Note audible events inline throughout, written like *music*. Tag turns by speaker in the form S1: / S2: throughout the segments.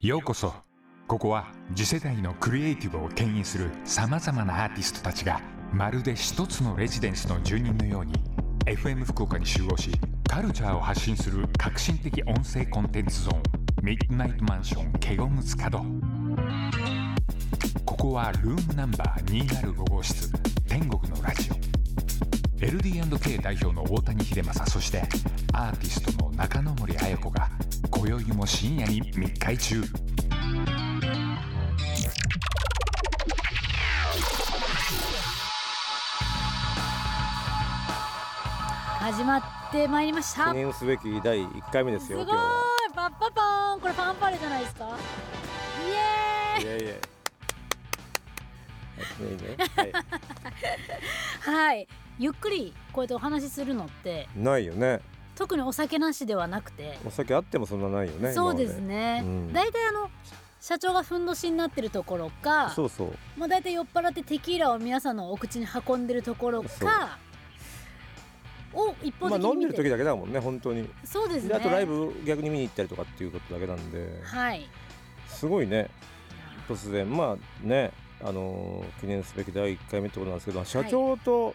S1: ようこそここは次世代のクリエイティブを牽引するさまざまなアーティストたちがまるで一つのレジデンスの住人のように FM 福岡に集合しカルチャーを発信する革新的音声コンテンツゾーン「ミッドナイトマンションケゴムズ角」ここはルームナンバー205号室天国のラジオ LD&K 代表の大谷秀正そしてアーティストの中野森彩子が今宵も深夜に密会中
S2: 始まってまいりました
S3: 記念すべき第1回目です
S2: す
S3: よ
S2: ごい
S3: 今日は
S2: パッパパーンこれファンファーレじゃないですかイエーイ
S3: いやいや
S2: *laughs*
S3: いやいやいや
S2: はいゆっくりこうやってお話しするのって
S3: ないよね
S2: 特にお酒なしではなくて、
S3: お酒あってもそんなないよね
S2: そうです
S3: 今
S2: ね、
S3: うん
S2: 大体あの社長がふんどしになってるところ
S3: ま
S2: か
S3: でそうそう
S2: もう大体酔っ払ってテキーラを皆さんのお口に運んでるところ
S3: そう
S2: かを一方
S3: まあ
S2: 的
S3: 飲
S2: に
S3: んで
S2: 見
S3: る
S2: て、
S3: 時だけだもんね本当に
S2: そうです
S3: で
S2: ね
S3: あとライブ逆に見に行ったりとかっていうことだけなんで
S2: はい
S3: すごいね突然まあねあのー記念すべき第1回目ってことなんですけど社長と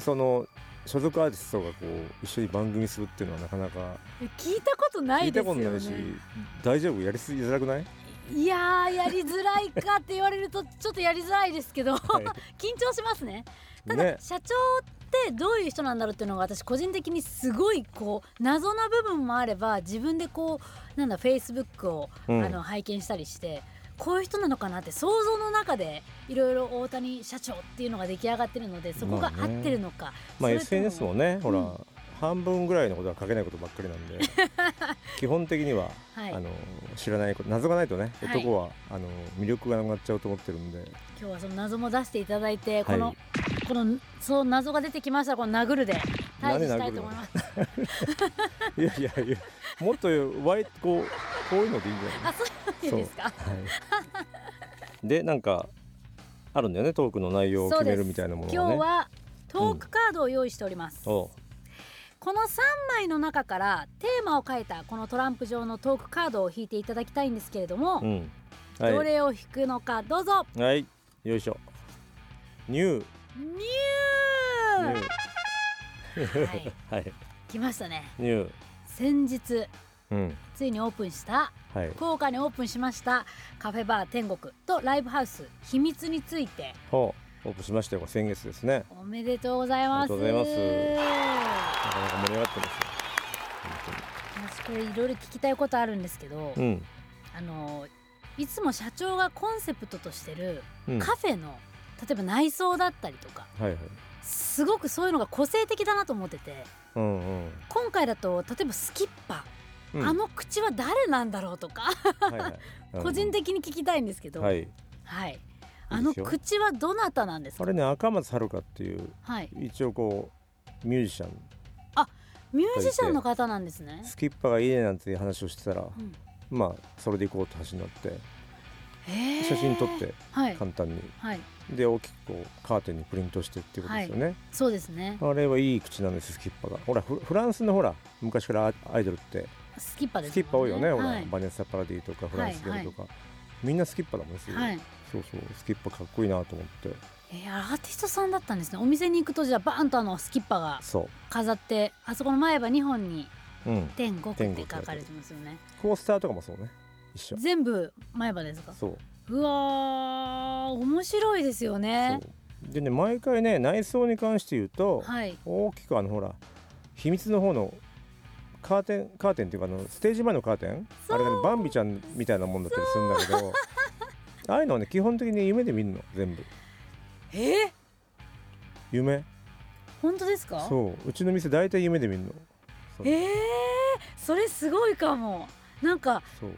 S3: その所属アーティストがこう一緒に番組するっていうのはなかなか
S2: 聞いたことな
S3: 聞
S2: い
S3: い
S2: で
S3: た
S2: す
S3: こ
S2: よね
S3: とないし大丈夫やりすぎづ
S2: *laughs*
S3: らくない
S2: いやーやりづらいかって言われるとちょっとやりづらいですけど *laughs*
S3: い
S2: 緊張しますねただ、
S3: ね
S2: 社長ってどういう人なんだろうっていうのが私個人的にすごいこう謎な部分もあれば自分でこうなんだフェイスブックを、
S3: うん
S2: あの拝見したりしてこういう人なのかなって想像の中でいろいろ大谷社長っていうのが出来上がってるのでそこが
S3: ま
S2: 合
S3: あね
S2: ってるのか、そ
S3: まあ、
S2: れ
S3: SNS
S2: と
S3: もねほら、
S2: うん
S3: 半分ぐらいのことは書けないことばっかりなんで
S2: *laughs*
S3: 基本的には、
S2: はい
S3: あの知らないこと謎がないとね
S2: はい
S3: 男は、あの魅力がなくなっちゃうと思ってるんで
S2: 今日はその謎も出していただいて、こ
S3: は
S2: の
S3: い
S2: このそう謎が出てきましたらこの殴るで対峙
S3: 何で
S2: し
S3: 殴るの
S2: たいと思います。
S3: いやいやいやもっとワイこうこういうのでいいんじゃな
S2: あ、そうなんですか。
S3: い、はい、でなんかあるんだよねトークの内容を
S2: そう
S3: 決
S2: です
S3: めるみたいなもの
S2: 今
S3: が
S2: 日
S3: ね
S2: はトークカードを用意しております。
S3: お
S2: この三枚の中からテーマを書いたこのトランプ上のトークカードを引いていただきたいんですけれども、
S3: ううん
S2: ど
S3: は
S2: れを引くのかどうぞ。
S3: い、はい、よいしょニュー
S2: ニ
S3: ニ
S2: ュ
S3: ュ
S2: ー。
S3: ー
S2: はい、
S3: はい
S2: 来ましたね。
S3: ニュー
S2: 先日
S3: うん
S2: ついにオープンした
S3: はい
S2: 福岡にオープンしましたカフェバー天国とライブハウス秘密について
S3: ほうオープンしましたよ先月ですね
S2: おめでとうございます。
S3: ありがとうござい
S2: ま
S3: なかなか盛り上がってま
S2: す。
S3: すよ
S2: 私これいろいろ聞きたいことあるんですけど。
S3: 本
S2: あのいつも社長がコンセプトとしてる
S3: 当にうんうんは
S2: カフェの、例えば内装だったりとか
S3: いはい
S2: すごくそういうのが個性的だなと思ってて
S3: うんうん
S2: 今回だと例えばスキッパ、
S3: うん
S2: あの口は誰なんだろうとか
S3: はいはいうん
S2: 個人的に聞きたいんですけど、
S3: は
S2: はい
S3: い
S2: あの
S3: いいですよ
S2: 口はどなたなんです
S3: あ
S2: か
S3: れね赤松遥っていう
S2: はい、
S3: 一応こうミュージシャン
S2: ミュージシャンの方なんですね。
S3: スキッパがいいねなんていう話をしてたら
S2: うん
S3: まあそれで行こうって話になって
S2: へー
S3: 写真撮って
S2: はい、
S3: 簡単に
S2: はい、
S3: で大きくこうカーテンにプリントしてっていうことですよね
S2: そうですね
S3: あれはいい口なんですスキッパがほらフフランスのほら昔からアイドルって
S2: スキッパで
S3: ス
S2: す
S3: キッパ多いよねほ
S2: は
S3: ら
S2: い、
S3: バネッサ・パラディとかフランスゲルとかみんなスキッパだもんすごい
S2: はい
S3: そうそうスキッパかっこいいなと思って
S2: えー、アーティストさんだったんですねお店に行くとじゃあバーンとあのスキッパが
S3: そ
S2: 飾ってあそこの前歯2本に
S3: う、うん、
S2: 「天国」って書かれてますよね
S3: コースターとかもそうね一緒
S2: 全部前歯ですか
S3: そう
S2: うわー面白いですよね
S3: そうでね毎回ね内装に関して言うと、
S2: はい
S3: 大きくあのほら秘密の方のカーテンカーテンっていうかあのステージ前のカーテン
S2: そう
S3: あれがねバンビちゃんみたいなもんだったりするんだけどああいうのはね基本的に夢で見るの全部
S2: えー、
S3: 夢
S2: 本当ですか
S3: そううちの店大体夢で見るのそう
S2: えー、それすごいかもなんか
S3: そう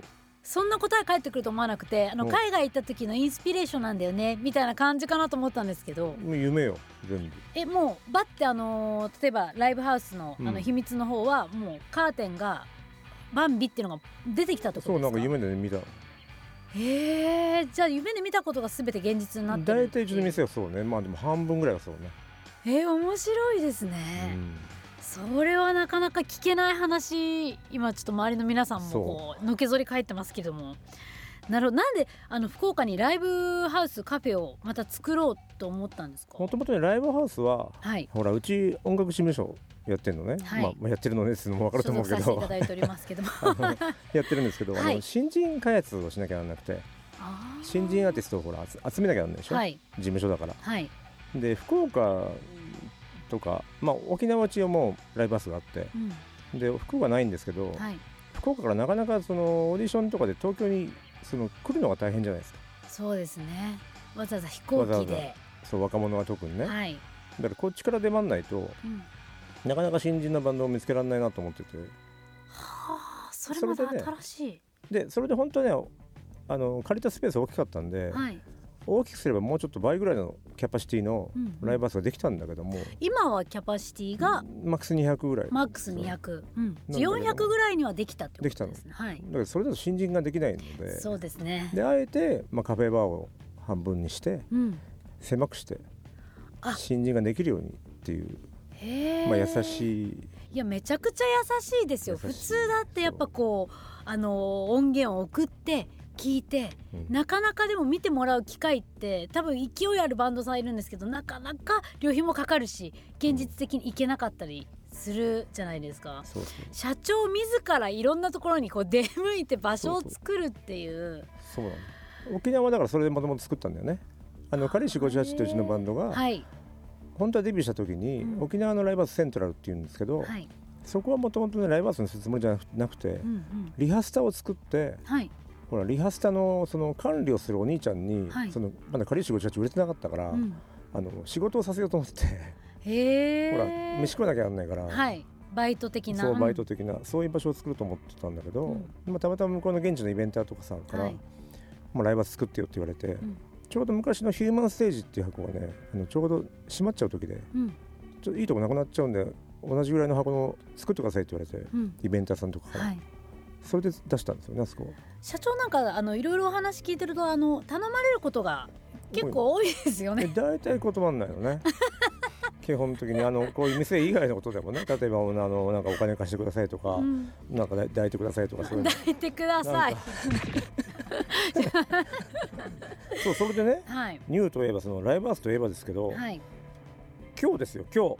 S2: そんな答え返ってくると思わなくてあの
S3: うん
S2: 海外行った時のインスピレーションなんだよねみたいな感じかなと思ったんですけど
S3: もう夢よ全部
S2: えもうバッてあのー例えばライブハウスのあ
S3: う
S2: の
S3: ん
S2: 秘密の方はもうカーテンがバンビっていうのが出てきたってこと
S3: そう
S2: ですか
S3: なんか夢で、ね、見た
S2: へえじゃあ夢で見たことが全て現実になってる
S3: 大体うちの店はそうねまあでも半分ぐらいはそうね
S2: えー、面白いです
S3: う
S2: ね、
S3: ん
S2: それはなかなか聞けない話今ちょっと周りの皆さんもこうのけぞり返ってますけどもなるほどなんであの福岡にライブハウスカフェをまた作ろうと思ったんですか
S3: もともとねライブハウスは
S2: はい
S3: ほらうち音楽事務所やってるのね、
S2: はい
S3: まあまあやってるのねっていうのも分かると
S2: 所
S3: 思う
S2: 属させていた
S3: けど
S2: だいておりますけ *laughs* ども
S3: *laughs* あの *laughs* やってるんですけど、
S2: は
S3: あ
S2: い
S3: の新人開発をしなきゃならなくて
S2: あー
S3: 新人アーティストをほら集集めなきゃならないでしょ、
S2: はい
S3: 事務所だから
S2: はい
S3: で福岡とか、まあ、沖縄は一応もうライブハウスがあって
S2: うん
S3: で福岡ないんですけど、
S2: はい
S3: 福岡からなかなかそのオーディションとかで東京にその来るのが大変じゃないですか
S2: そうですねわざわざ飛行機で
S3: わそう若者は特にね、
S2: はい、
S3: だからこっちから出番ないと
S2: うん、
S3: なかなか新人のバンドを見つけられないなと思ってて
S2: はあそれ
S3: そ
S2: ま
S3: れで
S2: た
S3: ね
S2: 新しい、
S3: でそれで本当ねあの借りたスペース大きかったんで、
S2: はい、
S3: 大きくすればもうちょっと倍ぐらいのキャパシティの
S2: うんうん
S3: ライブハウスができたんだけども、
S2: 今はキャパシティが
S3: マックス200ぐらい
S2: マックス200、うん、
S3: なんだけ
S2: 400
S3: ど
S2: ぐらいにはできたってことですねはい
S3: だからそれだと新人ができないので
S2: そうですね
S3: であえて、まあ、カフェバーを半分にして
S2: うん
S3: 狭くして
S2: あ
S3: 新人ができるようにっていう、
S2: へえ
S3: まあ、優しい
S2: いやめちゃくちゃ優しいですよ
S3: 優しい
S2: 普通だってやっぱこうあの音源を送って聞いて、
S3: うん
S2: なかなかでも見てもらう機会って多分勢いあるバンドさんいるんですけどなかなか旅費もかかるし現実的に行けなかったりするじゃないですか、
S3: そうそう
S2: 社長自らいろんなところにこう出向いて場所を
S3: そうそう
S2: 作るっていう
S3: そうなの沖縄はだからそれでもともと作ったんだよねあのカリシ58ってうちのバンドが、
S2: はい
S3: 本当はデビューした時に、
S2: うん
S3: 沖縄のライブハウスセントラルっていうんですけど、
S2: はい、
S3: そこはもともとライブハウスにするつもりじゃなくなくて、
S2: うんうん、
S3: リハスタを作って
S2: はい
S3: ほらリハスタのその管理をするお兄ちゃんに、
S2: はい
S3: そのまだカリシ58売れてなかったから、
S2: うん、
S3: あの仕事をさせようと思って、
S2: へえ
S3: ほら飯食わなきゃなんないから、
S2: はいバイト的な
S3: そうバイト的な、そういう場所を作ると思ってたんだけど、
S2: うん
S3: まあ、たまたま向こうの現地のイベンターとかさんから、
S2: はい
S3: もうライブハウス作ってよって言われて、
S2: ん
S3: ちょうど昔のヒューマンステージっていう箱がねあのちょうど閉まっちゃう時で
S2: うん
S3: ちょっといいとこなくなっちゃうんで同じぐらいの箱の作ってくださいって言われて
S2: うん
S3: イベンターさんとかから、
S2: はい
S3: それで出したんですよねあそこは
S2: 社長なんかあのいろいろお話聞いてるとあの頼まれることが結構多いですよ
S3: で
S2: ね。
S3: 大体断んないの
S2: *laughs*
S3: ね基本的にあのこういう店以外のことでもね例えばあのなんかお金貸してくださいとか、
S2: うん
S3: なんか抱いてくださいとかそういう
S2: *laughs*
S3: の
S2: 抱いてください。
S3: そうそれでね
S2: はい
S3: ニューといえばそのライブハウスといえばですけど、
S2: はい
S3: 今日ですよ今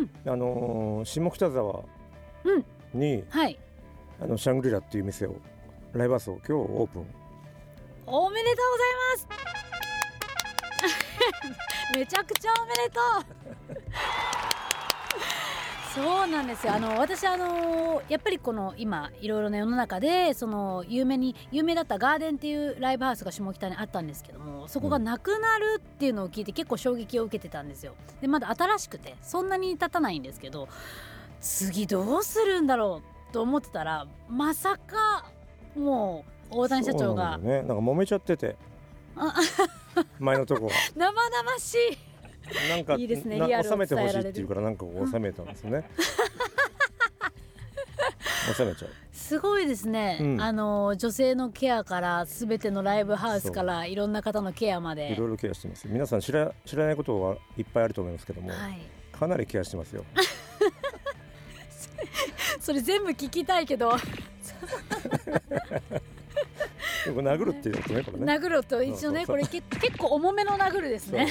S3: 日、あのー下北沢に、
S2: はい。
S3: あのシャングリラっていう店をライブハウスを今日オープン
S2: おめでとうございます。 *laughs* めちゃくちゃおめでとう。 *laughs* そうなんですよあの私あのやっぱりこの今いろいろな世の中でその有名に有名だったガーデンっていうライブハウスが下北にあったんですけどもそこがなくなるっていうのを聞いて結構衝撃を受けてたんですよでまだ新しくてそんなに経たないんですけど次どうするんだろうと思ってたらまさかもう大谷社長が
S3: そうなんだよねなんか揉めちゃってて
S2: あ
S3: 前のとこは
S2: 生々しい
S3: なんか
S2: *laughs* いいですね
S3: な
S2: リアルを
S3: 収めてほし
S2: 伝えられ
S3: い
S2: る
S3: っていうからなんかこう収めたんで
S2: *laughs*
S3: すね収めちゃう
S2: すごいですね、
S3: うん
S2: あの女性のケアから全てのライブハウスからいろんな方のケアまで
S3: いろいろケアしてます皆さん知ら知らないことはいっぱいあると思いますけども、
S2: はい、
S3: かなりケアし
S2: *laughs*
S3: てますよ
S2: それ全部聞きたいけど *laughs*
S3: でも殴るっていうやつねこれね
S2: 殴ると一応ね
S3: そ
S2: こ
S3: うそう
S2: れけ結構重めの殴るです
S3: そう *laughs*
S2: ね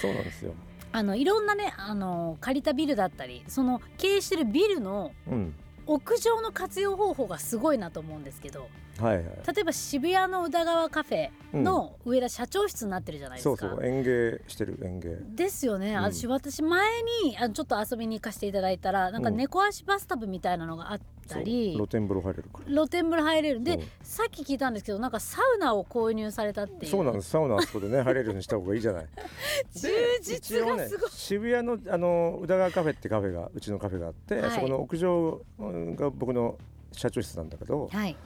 S3: そうなんですよ
S2: あのいろんなねあの借りたビルだったりその経営してるビルの
S3: うん
S2: 屋上の活用方法がすごいなと思うんですけど
S3: はいはい
S2: 例えば渋谷の宇田川カフェの上田社長室になってるじゃないですか、
S3: そうそう園芸してる園芸
S2: ですよね、
S3: ん
S2: 私私前にあのちょっと遊びに行かせていただいたらなんか
S3: うん
S2: 猫足バスタブみたいなのがあったり、
S3: そう露天風呂入れるから
S2: 露天風呂入れるんで、
S3: うん
S2: さっき聞いたんですけどなんかサウナを購入されたっていう
S3: そうなんですサウナあそこでね入れるようにした方がいいじゃない
S2: *laughs* 充実
S3: 一応
S2: が
S3: ね
S2: すごい、
S3: 渋谷のあの宇田川カフェってカフェがうちのカフェがあって、
S2: はい
S3: そこの屋上が僕の社長室なんだけど
S2: はい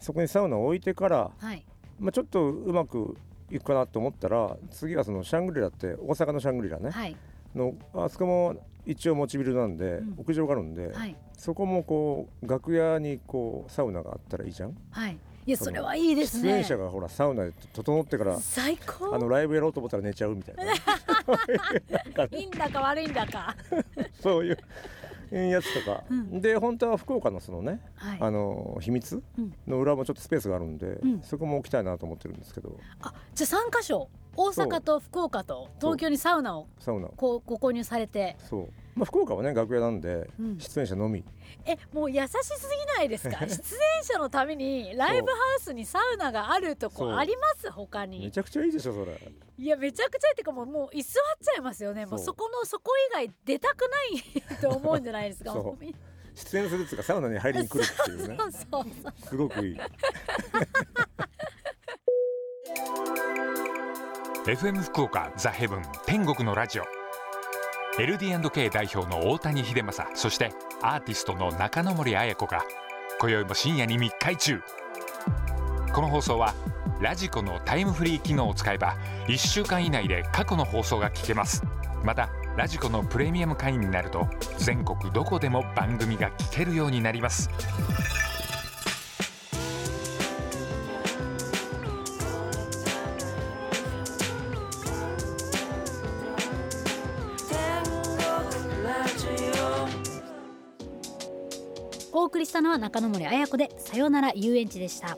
S3: そこにサウナを置いてから、
S2: はい
S3: まあ、ちょっとうまくいくかなと思ったら次はそのシャングリラって大阪のシャングリラね、
S2: はい
S3: のあそこも一応持ちビルなんで、
S2: ん
S3: 屋上があるんで、
S2: はい
S3: そこもこう楽屋にこうサウナがあったらいいじゃん
S2: はいいやそれはいいです
S3: 出演
S2: ね
S3: 者がほらサウナで整ってから
S2: 最
S3: あ
S2: 高
S3: のライブやろうと思ったら寝ちゃうみたいな
S2: いいんだか悪いんだか
S3: *laughs* そういうやつとか、
S2: うん
S3: で本当は福岡のそのね、
S2: はい
S3: あの秘密
S2: うん
S3: の裏もちょっとスペースがあるんで、
S2: ん
S3: そこも置きたいなと思ってるんですけど
S2: あじゃあ3箇所大阪と福岡と東京にサウナを
S3: サウナ
S2: こうご購入されて
S3: そう、まあ、福岡はね楽屋なんで、
S2: うん
S3: 出演者のみ
S2: えもう優しすぎない
S3: *laughs*
S2: ですか出演者のためにライブハウスにサウナがあると
S3: そう
S2: こあります他
S3: め
S2: に
S3: ちゃくちゃいいでしょそれ
S2: いやめちゃくちゃっていうかもうもう居座っちゃいますよねもう
S3: そう
S2: そこのそこ以外出たくないと思うんじゃないですか
S3: そう
S2: もうみん
S3: 出演するっつうかサウナに入りに来るっていうね
S2: な *laughs* そうそう
S3: すごくいい
S1: FM 福岡ザ・ヘブン天国のラジオ LD&K 代表の大谷秀政そしてアーティストの中野森彩子が今宵も深夜に密会中この放送はラジコのタイムフリー機能を使えば1週間以内で過去の放送が聞けますまたラジコのプレミアム会員になると全国どこでも番組が聞けるようになります
S2: お送りしたのは中野森彩子でさよなら遊園地でした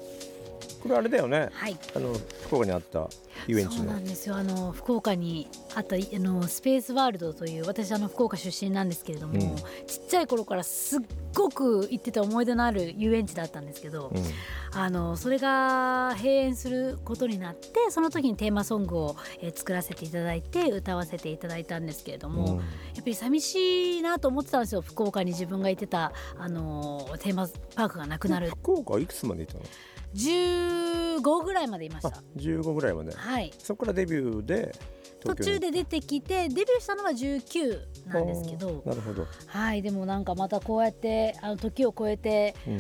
S3: これあれだよね
S2: はい
S3: あの福岡にあった遊園地
S2: そう
S3: の
S2: なんですよあの福岡にあったいあのスペースワールドという私あの福岡出身なんですけれども、
S3: うん
S2: ちっちゃい頃からすっごく行ってた思い出のある遊園地だったんですけど、
S3: うん
S2: あのそれが閉園することになってその時にテーマソングを、えー作らせていただいて歌わせていただいたんですけれども、
S3: うん
S2: やっぱり寂しいなと思ってたんですよ福岡に自分がいてた、あのーテーマパークがなくなる
S3: 福岡はいくつまでいたの
S2: 15ぐらいまでいまし
S3: あ
S2: た。
S3: 15ぐらいまで
S2: はい
S3: そこからデビューで
S2: 途
S3: 東京
S2: 中
S3: に
S2: で出てきてデビューしたのは19なんですけど
S3: あーなるほど、
S2: はいでもなんかまたこうやってあの時を超えて
S3: うん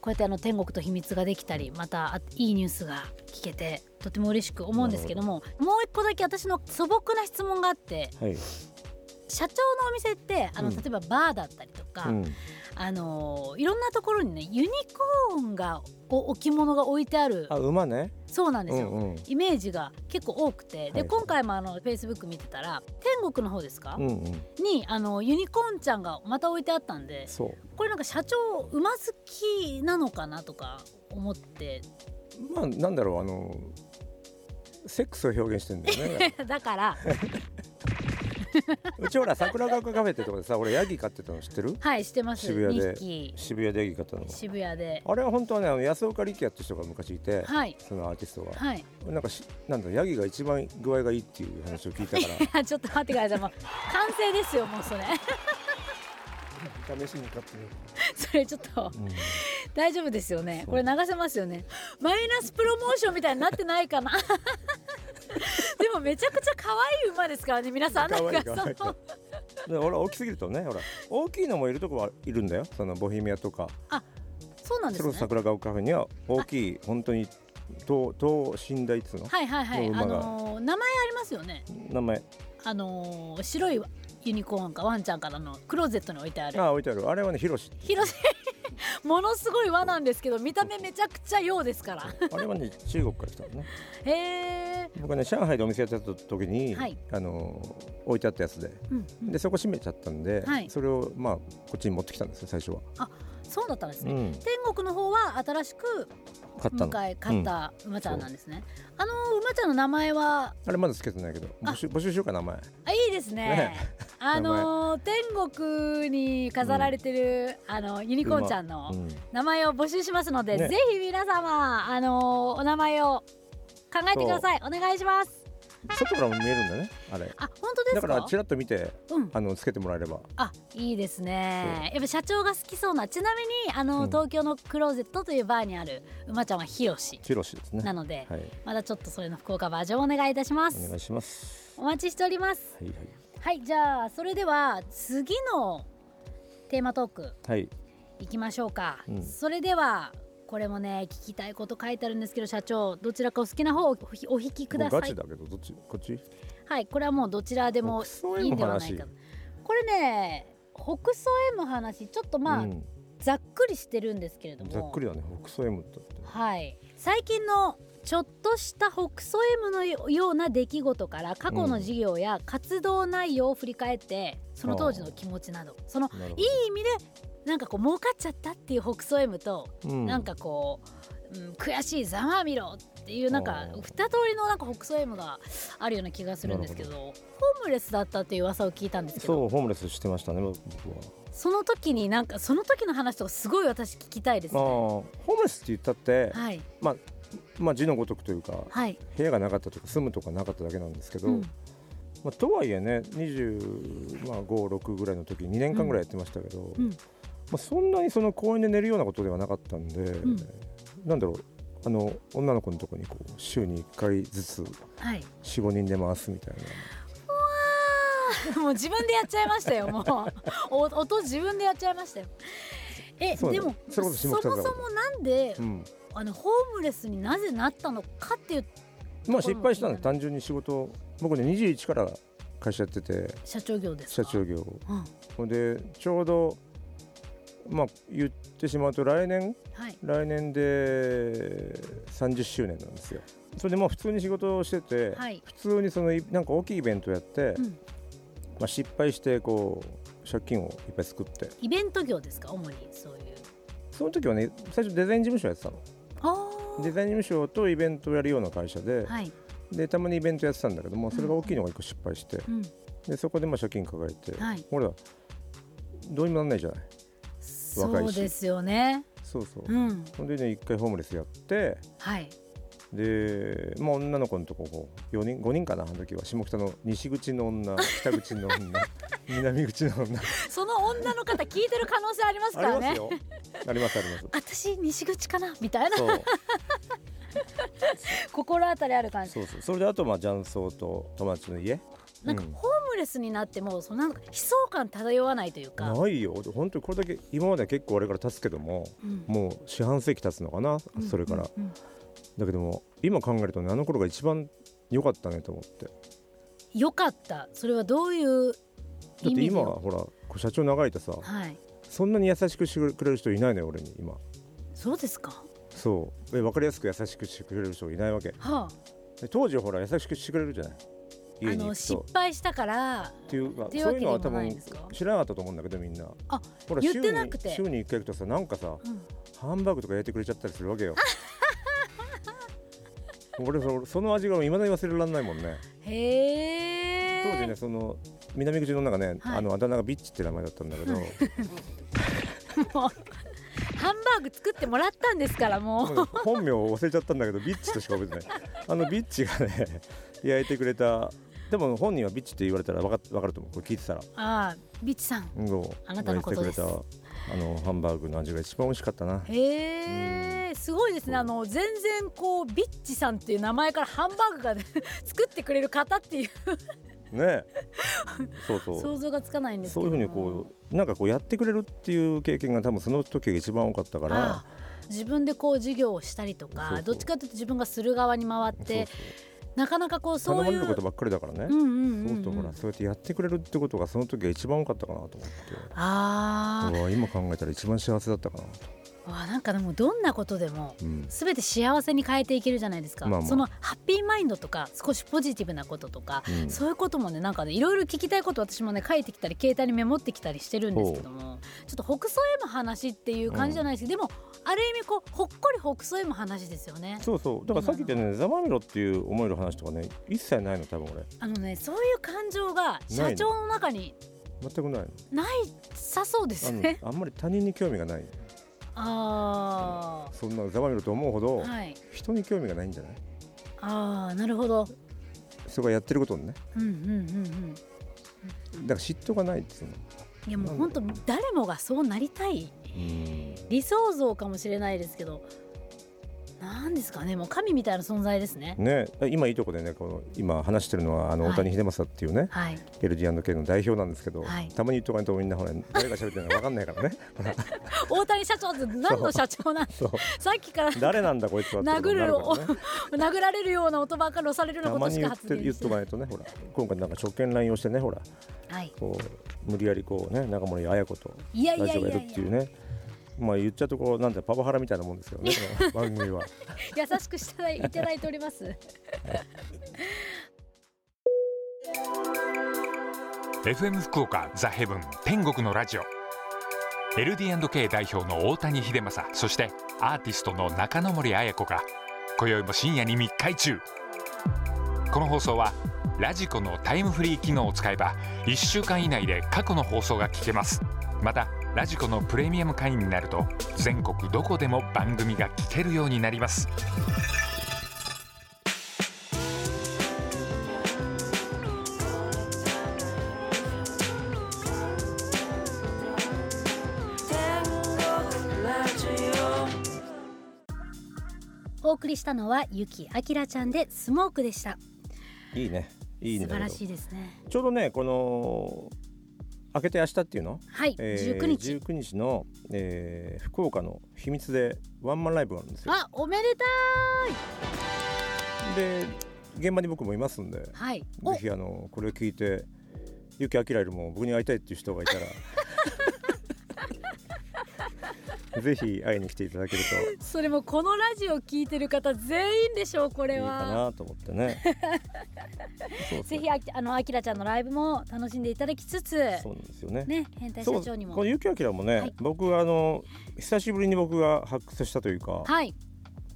S2: こうやってあの天国と秘密ができたりまたあいいニュースが聞けてとても嬉しく思うんですけどももう一個だけ私の素朴な質問があって
S3: はい、
S2: 社長のお店ってあの、
S3: うん
S2: 例えばバーだったりとか、
S3: うん、
S2: あのいろんなところにねユニコーンがお置物が置いてある
S3: あ馬ね
S2: そうなんで
S3: う
S2: すよ。
S3: んうん
S2: イメージが結構多くてで、
S3: はい
S2: 今回もあのフェイスブック見てたら天国の方ですか、
S3: うんうん
S2: にあのユニコーンちゃんがまた置いてあったんで
S3: そう
S2: これなんか社長馬好きなのかなとか思って
S3: まあなんだろうあのセックスを表現してんだ
S2: *laughs*
S3: よね
S2: だ
S3: *laughs*
S2: から
S3: うちほら桜ヶ丘カフェってとこでさ俺ヤギ飼ってたの知ってる
S2: はいしてます
S3: 渋谷で
S2: 2匹
S3: 渋谷でヤギ飼ったの
S2: 渋谷で
S3: あれは本当はねあの安岡力也って人が昔いて、
S2: はい
S3: そのアーティストが、
S2: はい
S3: なんかしなんだヤギが一番具合がいいっていう話を聞いたか
S2: ちょっと待ってくださいもう *laughs* 完成ですよもうそれ *laughs*
S3: ら試しに飼ってみよ
S2: それちょっと
S3: う、うん
S2: 大丈夫ですよね
S3: そ
S2: これ
S3: う
S2: 流せますよねマイナスプロモーションみたいになってないかな *laughs* でもめちゃくちゃ可愛い馬ですからね皆さんなん
S3: 可愛い
S2: か
S3: 可
S2: そ
S3: 愛い
S2: の
S3: でほら大きすぎるとねほら大きいのもいるとこはいるんだよそのボヘミアとか
S2: そうなんです
S3: それこ
S2: ね
S3: そ桜川カフェには大きい本当に等等寝台っつうの、
S2: はいはいはい
S3: もう
S2: あ
S3: 馬が
S2: のー名前ありますよね
S3: 名前
S2: あのー白いユニコーンかワンちゃんからのクローゼットに置いてある
S3: あ置いてあるあれはねヒロシ
S2: 広瀬ものすごい輪なんですけど見た目めちゃくちゃ洋ですから
S3: あれはね中国から来た
S2: *laughs*
S3: のね
S2: へえ、
S3: 僕はね上海でお店やってた時に、
S2: はい
S3: あの置いてあったやつで
S2: うんうん
S3: でそこ閉めちゃったんで、
S2: はい
S3: それをまあこっちに持ってきたんですよ最初は、
S2: そうだったんです
S3: う
S2: ね、
S3: ん、
S2: 天国の方は新しく
S3: 買った
S2: 迎
S3: の
S2: え買った馬ちゃんなんですね、あのー馬ちゃんの名前は
S3: あれまだつけてないけど募集募集しようか名前
S2: あいいですね
S3: ね
S2: *laughs* あのー天国に飾られてる、あのユニコーンちゃんの
S3: うん
S2: 名前を募集しますので、
S3: ね
S2: ぜひ皆様あのーお名前を考えてくださいお願いします
S3: 外からも見えるんだねあれ
S2: あ本当です
S3: だ
S2: か
S3: からちらっと見て
S2: うん、
S3: あのつけてもらえれば
S2: あいいですね
S3: そ
S2: やっぱ社長が好きそうなちなみにあの、
S3: うん
S2: 東京のクローゼットというバーにある馬ちゃんはヒロシ
S3: ヒロシですね
S2: なので、
S3: はい
S2: まだちょっとそれの福岡バージョンお願いいたしま
S3: お
S2: す
S3: 願いします
S2: お待ちしております
S3: はいはい
S2: はいじゃあそれでは次のテーマトーク
S3: はい
S2: いきましょうか、
S3: うん
S2: それではこれもね聞きたいこと書いてあるんですけど社長どちらかお好きな方をおひお引きく
S3: も
S2: だ
S3: う
S2: さ
S3: ガチ
S2: い
S3: だけどどっちこっち
S2: はいこれはもうどちらでもいいんではないか
S3: 北
S2: これね北総 M 話ちょっとまあ、
S3: うん
S2: ざっくりしてるんですけれども
S3: ざっくりだね北総 M だって
S2: はい、最近のちょっとした北総 M のような出来事から過去の事業や活動内容を振り返って、その当時の気持ちなどその
S3: なるほど
S2: いい意味でなんかこう儲かっちゃったっていう北総 M と、
S3: うん
S2: なんかこう、うん、悔しいざまあみろっていうなんか
S3: あー
S2: 二通りのなんか北総 M があるような気がするんですけど
S3: な
S2: ホームレスだったっていう噂を聞いたんですけど
S3: そうホームレスしてましたね僕は
S2: その時になんかその時の話とかすごい私聞きたいです
S3: まあ
S2: ね。
S3: ホームレスって言ったって、
S2: はい
S3: まあ字のごとくというか
S2: はい、
S3: 部屋がなかったというか住むとかなかっただけなんですけど、
S2: うん
S3: まあ、とはいえね256ぐらいの時2年間ぐらいやってましたけど、
S2: うん
S3: まあ、そんなにその公園で寝るようなことではなかったんで、
S2: ん
S3: なんだろうあの女の子のとこにこう週に1回ずつ
S2: はい
S3: 45人で回すみたい
S2: *laughs*
S3: な
S2: もう自分でやっちゃいましたよ。もう *laughs* お音自分でやっちゃいましたよ。え、
S3: そう
S2: で
S3: なの
S2: も
S3: そ
S2: そ
S3: れこ
S2: も
S3: そ
S2: そ
S3: 下北沢
S2: も
S3: だ
S2: なんで、
S3: うん、
S2: あのホームレスになぜなったのかっていう
S3: まあ失敗したのは単純に仕事僕ね21から会社やってて
S2: 社長業です
S3: 社
S2: か。
S3: 長業
S2: うん、
S3: ほんでちょうどまあ言ってしまうと来年
S2: はい
S3: 来年で30周年なんですよそれでまあ普通に仕事をしてて、
S2: はい。
S3: 普通にそのいなんか大きいイベントやって、
S2: うん
S3: まあ、失敗してこう借金をいっぱい作って
S2: イベント業ですか主にそういう。
S3: その時はね最初デザイン事務所やってたの
S2: あ
S3: デザイン事務所とイベントをやるような会社で,、
S2: あ。はい。
S3: でたまにイベントやってたんだけどもそれが大きいのが一個失敗して、
S2: うん。
S3: でそこでまあ借金抱えて、
S2: はい
S3: ほらどうにもなんないじゃない
S2: そ
S3: いし
S2: うですよね。
S3: そうそ
S2: う
S3: う、
S2: ん。
S3: ほんでね一回ホームレスやって
S2: はい。
S3: で、まあ、女の子のとここ4人5人かなあの時は下北の西口の女北口
S2: *laughs*
S3: の女南口の女
S2: その女の方聞いてる可能性ありますか
S3: あ
S2: ら
S3: ります
S2: ね。
S3: よありますあります
S2: 私西口かなみたいな
S3: そう
S2: *laughs* 心当たりある感じ。
S3: そうそうそれであとまあ雀荘と友達の家
S2: なんか
S3: うん
S2: ホームレスになってもそのなんか悲壮感漂わないというか、
S3: ないよ本当にこれだけ今までは結構あれから経つけども
S2: うん
S3: もう四半世紀経つのかな、それから、
S2: うんうん
S3: だけども今考えるとねあの頃が一番良かったねと思ってだ
S2: 良かったそれはどういう
S3: っ
S2: 意味
S3: て
S2: で
S3: 今ほらこう社長長いとさ
S2: はい
S3: そんなに優しくしてくれる人いないのよ俺に今
S2: そうですか
S3: そうえ分かりやすく優しくしてくれる人いないわけ
S2: はあ
S3: で当時はほら優しくしてくれるじゃない
S2: あ
S3: 家に行
S2: の
S3: く
S2: 失
S3: と
S2: 敗したから
S3: っていうか
S2: っていう
S3: そ
S2: わ
S3: う
S2: け
S3: いうのは
S2: で
S3: 多
S2: もないん
S3: 分
S2: ですか
S3: 知らなかったと思うんだけどみんな
S2: あ
S3: ほら
S2: 言っ
S3: 週
S2: て
S3: に
S2: なくて
S3: 週に1回行くとさなんかさ
S2: うん
S3: ハンバーグとか焼いてくれちゃったりするわけよ *laughs* 俺そその味がいまだに忘れられないもんね
S2: へえ
S3: 当時ねその南口の女がね、
S2: はい
S3: あのあだ名がビッチって名前だったんだけど、
S2: *laughs* もうハンバーグ作ってもらったんですからもう
S3: もうね本名を忘れちゃったんだけどビッチとしか覚えてないあのビッチがね焼いてくれたでも本人はビッチって言われたら分か分かると思うこれ聞いてたら
S2: ああビッチさん
S3: うん
S2: あなたのことです
S3: 焼いてくれたあのハンバーグの味が一番美味しかったな
S2: へえすごいですねあの全然こうビッチさんっていう名前からハンバーグが *laughs* 作ってくれる方っていう *laughs*
S3: ねそうそう
S2: 想像がつかないんですけ
S3: そう
S2: ど
S3: いうふうにこうなんかこうやってくれるっていう経験が多分その時が一番多かったから
S2: ああ自分でこう事業をしたりとか
S3: そうそう
S2: どっちかというと自分がする側に回っ
S3: そう
S2: てなかなかこう
S3: そう
S2: そう
S3: 頼ま
S2: い
S3: れる
S2: う
S3: ことばっかりだからね、
S2: うんうんうんうん
S3: そうそうほらそうやってやってくれるってことがその時が一番多かったかなと思って
S2: あ
S3: うわ今考えたら一番幸せだったかなと、
S2: ーわあなんかでもどんなことでも
S3: うん、
S2: 全て幸せに変えていけるじゃないですか、
S3: まあまあ
S2: そのハッピーマインドとか少しポジティブなこととか、
S3: うん
S2: そういうこともねなんかねいろいろ聞きたいこと私もね書いてきたり携帯にメモってきたりしてるんですけどもちょっと北総 M 話っていう感じじゃないですけど、でもある意味こうほっこり北総 M 話ですよね
S3: そうそうだからさっき言ったね「ざまみろ」っていう思える話とかね一切ないの多分俺
S2: あのねそういう感情が社長の中に
S3: 全く
S2: *laughs*
S3: ないの
S2: ないさそうです
S3: あ
S2: ね。
S3: のあんまり他人に興味がない
S2: *laughs* あ
S3: そんなざまみろと思うほ
S2: あ、
S3: ど
S2: はい。
S3: 人に興味がないんじゃない
S2: ああ、なるほど。
S3: 人がやってることにね
S2: うんうんうんうん。
S3: だから嫉妬がないっていうの
S2: いやもう本当誰もがそうなりたい理想像かもしれないですけど、なんですかね、もう神みたいな存在ですね。
S3: ね、今いいとこでねこの今話してるのはあの
S2: はい
S3: 大谷秀政っていうね、
S2: はい。
S3: LG&K の代表なんですけど、
S2: はい
S3: たまに言っとかないとみんなほら誰が喋ってるのか分かん
S2: *laughs*
S3: ないからね
S2: 大谷社長って何の社長なん？
S3: そう
S2: さっきから
S3: 誰なんだこいつはってことになからね
S2: *laughs* 殴られるような音ばっかり押されるようなこ
S3: たま
S2: と
S3: に
S2: し
S3: 言
S2: か
S3: っ
S2: 発
S3: て言
S2: 言
S3: っ
S2: し
S3: と
S2: て
S3: か
S2: ない。
S3: ないとねほら今回なんか職権乱用してねほら
S2: はい。
S3: こう無理やりこうね中森彩子と
S2: いやい
S3: ラ
S2: や
S3: ジオ
S2: い
S3: が
S2: や
S3: やるっ
S2: い
S3: てい
S2: や
S3: う。ねまあ言っちゃうとこうなんてパワハラみたいなもんですけ
S2: *laughs*
S3: どね番組は
S2: 優しくしたらいただいております。
S1: FM 福岡ザヘブン天国のラジオ LD&K 代表の大谷秀政そしてアーティストの中野森彩子が今宵も深夜に密会中この放送はラジコのタイムフリー機能を使えば1週間以内で過去の放送が聞けますまたラジコのプレミアム会員になると全国どこでも番組が聞けるようになります
S2: お送りしたのはゆきあきらちゃんでスモークでした。
S3: いいねいいね
S2: 素晴らしいですね。
S3: ちょうどねこの明けて明日っていうの、
S2: はい、
S3: えー
S2: 19日。
S3: 19日の、えー福岡の秘密でワンマンライブがあるんですよ
S2: あ、おめでた
S3: で現場に僕もいますんでぜ
S2: い。
S3: *laughs*
S2: はい。お、
S3: ひあのこれを聞いてゆきあきらよりも僕に会いたいっていう人が
S2: *laughs*
S3: いたらぜひ会いに来ていただけると
S2: それもこのラジオ聞いてる方全員でしょう。こ
S3: いい
S2: れ
S3: か
S2: は。
S3: なと思って
S2: *laughs*
S3: ねそう
S2: ぜひあきあのあきらちゃんのライブも楽しんでいただきつつ、
S3: そうなんですよね
S2: ね変態社
S3: そう
S2: 長にも
S3: このゆきあきらもね、
S2: はい
S3: 僕あの久しぶりに僕が発掘したというか
S2: はい、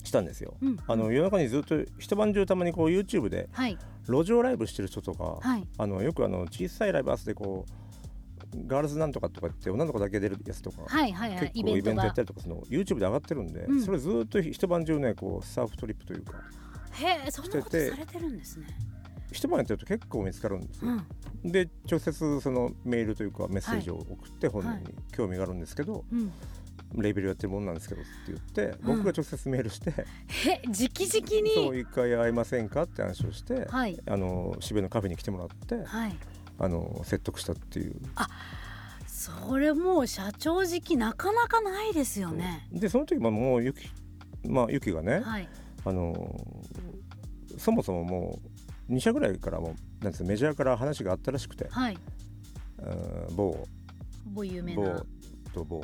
S3: したんですよ、
S2: うん、
S3: あの夜中にずっと一晩中たまにこう YouTube で
S2: はい
S3: 路上ライブしてる人とか、
S2: はい
S3: あのよくあの小さいライブハウスでこうガールズなんとかとかって女の子だけ出るやつとか、
S2: はいはいはいイ
S3: 結構
S2: ベ
S3: イ
S2: ン
S3: ベ
S2: ト
S3: ントや
S2: が
S3: ったりとかその YouTube で上がってるんで、
S2: うん
S3: それずっと一晩中ねこうサーフトリップというか
S2: へえそんなこと
S3: してて
S2: されてるんですね
S3: 一晩やってると結構見つかるんです
S2: う
S3: よ、
S2: ん
S3: で直接そのメールというかメッセージを送って本
S2: は
S3: 人
S2: い
S3: に興味があるんですけど、
S2: うん
S3: レベルやってるもんなんですけどって言って
S2: うん
S3: 僕が直接メールして、
S2: へ直々
S3: そう
S2: に
S3: 一回会いませんかって話をして、
S2: はい
S3: あの渋谷のカフェに来てもらって、
S2: はい
S3: あの説得したっていう、
S2: それもう社長時期なかなかないですよね
S3: でその時まあもうユキまあユキがね、
S2: はい
S3: あのそもそももう2社ぐらいからもうなんつうのメジャーから話があったらしくて、
S2: はい
S3: うん、某
S2: 某有名
S3: 某
S2: な
S3: と某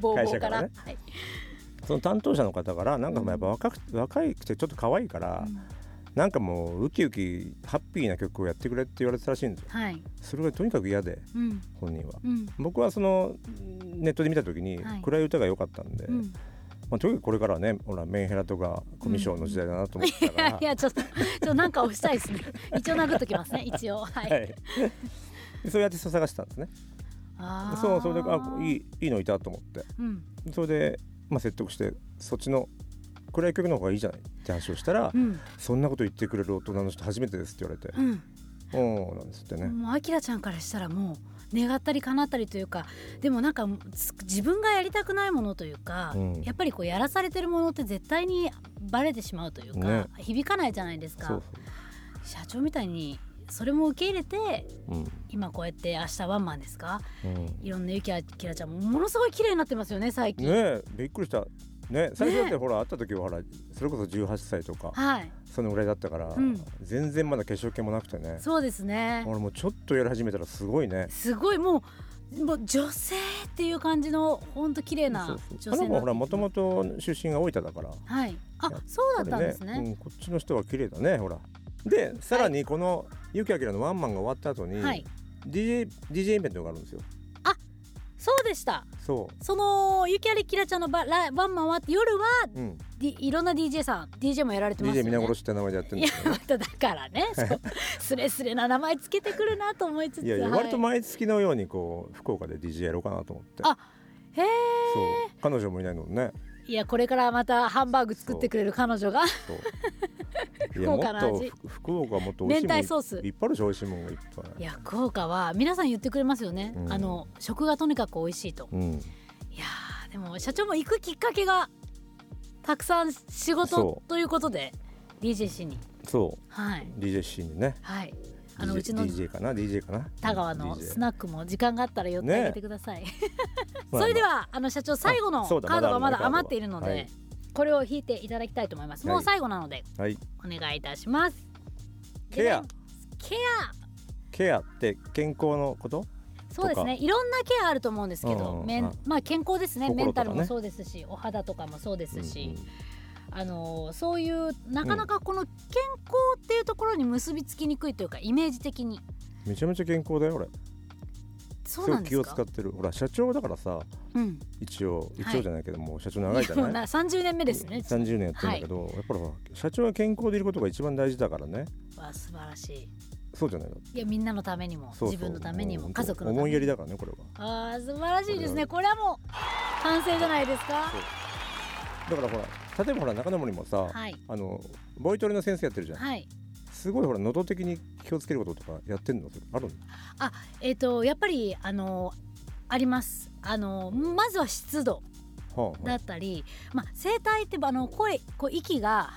S2: 某
S3: 会
S2: 某
S3: 社
S2: か
S3: かららね
S2: はい
S3: その担当者の方からなんか
S2: うん
S3: やっぱ若く、若いくてちょっと可愛いから、
S2: うん
S3: なんかもうウキウキハッピーな曲をやってくれって言われてたらしいんですよ
S2: はい
S3: それがとにかく嫌で
S2: うん
S3: 本人は
S2: うん
S3: 僕はそのネットで見た時に
S2: はい
S3: 暗い歌が良かったんで、
S2: うん、
S3: まあ、とにかくこれからはねほらメンヘラとかコミュ障の時代だなと思ってた
S2: い
S3: から、
S2: *laughs* やいやちょっとちょっとなんか押したい
S3: *laughs*
S2: ですね一応殴っときますね一応はい、
S3: はい、でそういうアーティストを探してたんですね
S2: あー
S3: そうそれであいいいいのいたと思って
S2: うん
S3: それで、まあ、説得してそっちの暗い曲の方がいいじゃないって話をしたら、
S2: うん
S3: そんなこと言ってくれる大人の人初めてですって言われて
S2: うん
S3: 「おお」なんですってね、
S2: もうあきらちゃんからしたらもう願ったり叶ったりというかでもなんかつ自分がやりたくないものというか、
S3: うん
S2: やっぱりこうやらされてるものって絶対にバレてしまうというか、
S3: ね
S2: 響かないじゃないです
S3: そ
S2: か
S3: う
S2: 社長みたいにそれも受け入れて
S3: そう、うん
S2: 今こうやって明日ワンマンですか
S3: うん、
S2: いろんなゆきあきらちゃんもものすごい綺麗になってますよね最近。
S3: ねえびっくりしたね最初だっ
S2: ねえ
S3: てほら会った時はほらそれこそ18歳とか
S2: はい
S3: そのぐらいだったから、
S2: うん
S3: 全然まだ化粧気もなくてね
S2: そうですね
S3: 俺もうちょっとやり始めたらすごいね
S2: すごいもうもう女性っていう感じのほんと綺麗
S3: そ
S2: な
S3: うそう
S2: 女性
S3: 彼もほらもと
S2: も
S3: もと出身が大分だから
S2: はいあそうだったんですね
S3: これうん、こっちの人は綺麗だねほらでさらにこのゆきあきらのワンマンが終わった後に、
S2: はい
S3: DJ, DJ イベントがあるんですよ
S2: そうでした
S3: そ
S2: そのゆきありきらちゃんのバラワンマンは夜は、
S3: う、うん、
S2: D、いろんな DJ さん DJ もやられてます
S3: DJ
S2: よね
S3: 皆殺しって名前でやってるん
S2: い
S3: で
S2: や
S3: すけど
S2: まただから
S3: *laughs*
S2: ねそうスレスレな名前つけてくるなと思いつつ
S3: いやいや
S2: はい
S3: 割と毎月のようにこう福岡で DJ やろうかなと思って
S2: あへえ
S3: そう彼女もいないのにね
S2: いやこれからまたハンバーグ作ってくれる彼女が *laughs*
S3: そうい
S2: 福
S3: やも
S2: 岡
S3: っ
S2: の味
S3: とふ福岡はもっと美
S2: 明
S3: 味しいもん
S2: 太ソース
S3: いっぱいあるでしょ美味しいもんがいっぱい
S2: いや福岡は皆さん言ってくれますよね、
S3: うん
S2: あの食がとにかく美味しいと
S3: うん
S2: いやーでも社長も行くきっかけがたくさん仕事
S3: そう
S2: ということで DJC に
S3: そ
S2: はいう
S3: DJC にね
S2: はいあの
S3: DJ
S2: うちの
S3: DJ かな DJ かな
S2: 田川の
S3: DJ
S2: スナックも時間があったら寄ってあげてください、 *laughs* それではあの社長最後の
S3: あ
S2: カ
S3: そう
S2: ー
S3: だ
S2: ドがま
S3: まだあるね
S2: だ余っているので、
S3: はい
S2: これを引いていただきたいと思います、
S3: はい
S2: もう最後なので
S3: はい
S2: お願いいたします
S3: ケア
S2: ケ
S3: ケアって健康のこと
S2: アそうですねいろんなケアあると思うんですけ
S3: うんうん
S2: ど、
S3: うん
S2: メンまあ、健康ですねメ
S3: 心
S2: ン
S3: と
S2: タ
S3: かね
S2: ルもそうですしお肌とかもそうで
S3: うんう
S2: す
S3: ん
S2: し、あのーそういうなかなかこの健康っていうところに結びつきにくいというかイメージ的に
S3: めちゃめちゃ健康だよ俺
S2: そうなんです
S3: ごい
S2: か
S3: 気を使ってるほら社長だからさ
S2: うん、
S3: 一応一応じゃないけども、社長長いじゃ
S2: もう *laughs*
S3: ない
S2: な30年目ですね
S3: 30年やってるんだけど、やっぱりほら社長は健康でいることが一番大事だからね
S2: わ素晴らしい
S3: そうじゃないの
S2: いやみんなのためにも
S3: そうそう
S2: 自分のためにも
S3: う
S2: 家族のためにも
S3: 思いやりだからねこれは
S2: あー素晴らしいですねこれはもう完成じゃないですか
S3: だからほら例えばほら中野森もさ、
S2: はい
S3: あのボイトレの先生やってるじゃん、
S2: はい
S3: すごいほら能動的に気をつけることとかやってんのあるの
S2: えっ、とやっぱりあのありますあのまずは湿度
S3: はあ、
S2: だ
S3: は
S2: ったり、まあ、声帯ってあの声こう息が、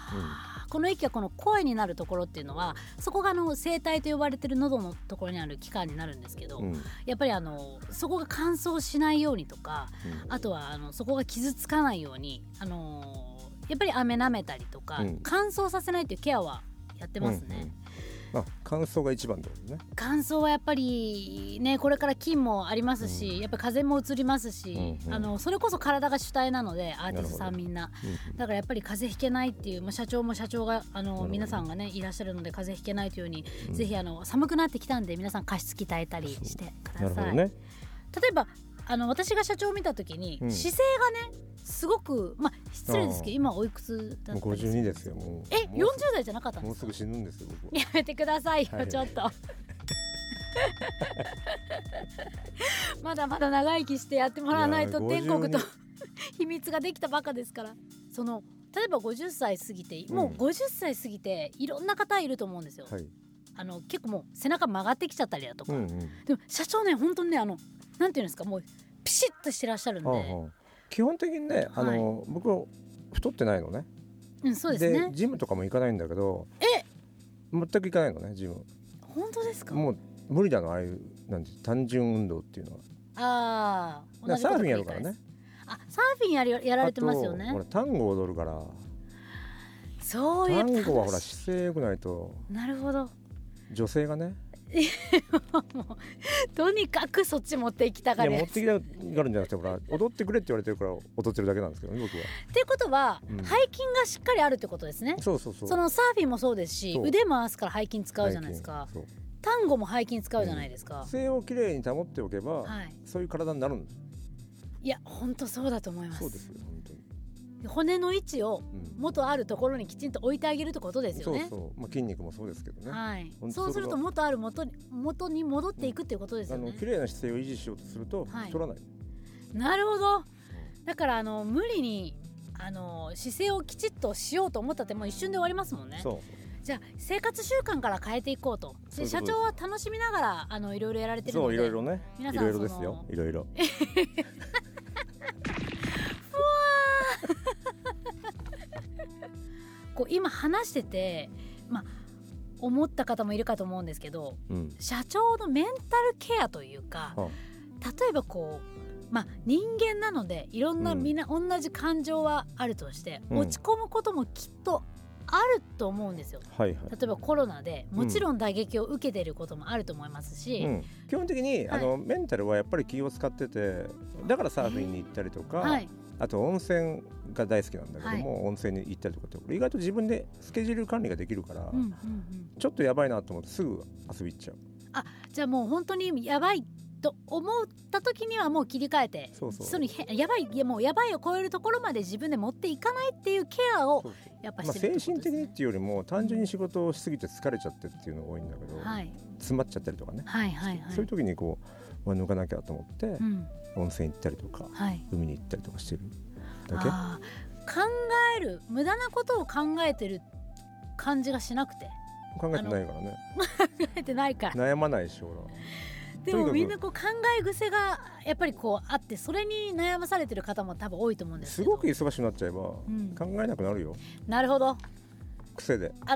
S2: この息がこの声になるところっていうのはそこがあの声帯と呼ばれてる喉のところにある器官になるんですけ
S3: あ
S2: ど、
S3: うんうん
S2: やっぱりあのそこが乾燥しないようにとかあとはあのそこが傷つかないように、あのーやっぱり雨舐めたりとか、
S3: うん
S2: 乾燥させないっていうケアはやってますね。
S3: うんうんあ乾燥が一番だよね
S2: 乾燥はやっぱりねこれから菌もありますし、
S3: うん
S2: やっぱ風も移りますし、
S3: うんうん
S2: あのそれこそ体が主体なのでアーティスト
S3: なる
S2: さ
S3: ほ
S2: ん
S3: ど
S2: みんな
S3: うん
S2: だからやっぱり風邪ひけないっていう、まあ、社長も社長があ
S3: ほ
S2: の
S3: ど
S2: 皆さんがねいらっしゃるので風邪ひけないというように、
S3: うん
S2: ぜひあの寒くなってきたんで皆さん加湿器耐えたりしてくだ
S3: なるほ
S2: さ
S3: ど
S2: い。
S3: ね
S2: 例えばあの私が社長を見た時に、
S3: うん
S2: 姿勢がねすごくまあ失礼ですけ
S3: あー
S2: ど今おいくつだ
S3: もう
S2: ったんですか
S3: 52ですよもう
S2: え
S3: も
S2: 40
S3: う
S2: 代じゃなかったん
S3: も
S2: で
S3: う
S2: す
S3: す
S2: か
S3: ぐ死ぬんですよ僕は
S2: やめてくださいよ、
S3: はい
S2: ちょっ
S3: *laughs*
S2: とまだまだ長生きしてやってもらわないと
S3: いやー
S2: 天国と
S3: 52
S2: 秘密ができたばっかですからその例えば50歳過ぎてもう50歳過ぎていろんな方いると思うんですよ、
S3: はい
S2: あの結構もう背中曲がってきちゃったりだとか、
S3: うん
S2: *laughs*
S3: うん
S2: でも社長ね本当にねあのなんていうんですかもうピシッとしてらっしゃるんで、
S3: はあはあ基本的にねあの、僕は太ってないのね
S2: うんそうですね
S3: ジムとかも行かないんだけど
S2: え
S3: 全く行かないのねジム
S2: 本当ですか
S3: もう無理だのああいうなんて単純運動っていうのは
S2: ああ
S3: だからサーフィンやるからね
S2: あサーフィンやりやられてますよ
S3: あと
S2: ね
S3: ほら単語踊るから
S2: そういう
S3: 単語はほら
S2: 楽し
S3: 姿勢良くないと
S2: なるほど *laughs*
S3: 女性がね
S2: もうとにかくそっち持っていきた
S3: い
S2: が
S3: や
S2: る
S3: 持ってきたがるんじゃなくてほら踊ってくれって言われてるから踊ってるだけなんですけどね僕は
S2: ってことは、
S3: う
S2: 背
S3: ん
S2: 筋がしっかりあるってことですね
S3: そうそうそう
S2: そのサーフィンもそうですし
S3: そう
S2: 腕回すから背筋使うじゃないですか
S3: 背筋そう
S2: 単語も背筋使うじゃないですか、
S3: 姿勢をきれいに保っておけば、
S2: はい
S3: そういう体になるんだ
S2: いや本当そうだと思います
S3: そうですよ本当に、
S2: 骨の位置を
S3: うん
S2: 元あるところにきちんと置いてあげるってことですよね
S3: そうそうまあ筋肉もそうですけどね
S2: はい
S3: 本、当
S2: そうする
S3: そ
S2: と
S3: ういう
S2: 元ある元に元に戻っていくっていうことです
S3: あ
S2: よ
S3: の
S2: ね、
S3: 綺麗な姿勢を維持しようとすると
S2: はい
S3: 太らない、
S2: なるほどだからあの無理にあの姿勢をきちっとしようと思ったってもう一瞬で終わりますもんね
S3: そう
S2: じゃあ生活習慣から変えていこうと
S3: そう
S2: で
S3: いう
S2: 社
S3: ことです
S2: 長は楽しみながらあのいろいろやられてるの
S3: そう
S2: で
S3: いろいろね
S2: 皆
S3: い
S2: さん
S3: ろいろですよ
S2: その
S3: いろいろ
S2: こう今話しててまあ思った方もいるかと思うんですけど
S3: うん
S2: 社長のメンタルケアというか
S3: は
S2: 例えばこうまあ人間なのでいろんな
S3: うん
S2: みんな同じ感情はあるとして、
S3: うん
S2: 落ち込むこともきっとあると思うんですよ。
S3: はいは
S2: 例えばコロナでもちろん打撃を受けていることもあると思いますし、
S3: い、うん、基本的
S2: は
S3: に、
S2: い
S3: あのメンタルはやっぱり気を使っててだからサーフィンに行ったりとか、
S2: はい、
S3: あと温泉が大好きなんだけども、温泉に行ったりとかって俺意外と自分でスケジュール管理ができるから、
S2: うんうんうん、
S3: ちょっとやばいなと思ってすぐ遊び行っちゃう
S2: じゃあもう本当にやばいと思った時にはもう切り替えて
S3: そうそう
S2: のへやばいいやもうやばいを超えるところまで自分で持っていかないっていうケアを
S3: そう
S2: やっぱ
S3: まあ、
S2: してる
S3: 精
S2: ってことです
S3: 神的にっ
S2: ね、
S3: ていうよりも単純に仕事をしすぎて疲れちゃってっていうのが多いんだけど、
S2: はい、
S3: 詰まっちゃったりとかね、
S2: はいはいはい
S3: そういう時にこう、まあ、抜かなきゃと思って、
S2: うん
S3: 温泉行ったりとか
S2: はい、
S3: 海に行ったりとかしてるだけ
S2: あー考える無駄なことを考えてる感じがしなくて
S3: 考えてないからね
S2: 考 *laughs* えてないから
S3: 悩まないし俺は
S2: で
S3: とに
S2: も
S3: かく
S2: みんなこう考え癖がやっぱりこうあってそれに悩まされてる方も多分多いと思うんです
S3: す
S2: けど
S3: ごく忙しくなっちゃえば、
S2: ん
S3: 考えなくなるよ
S2: なるほど
S3: 癖で
S2: あ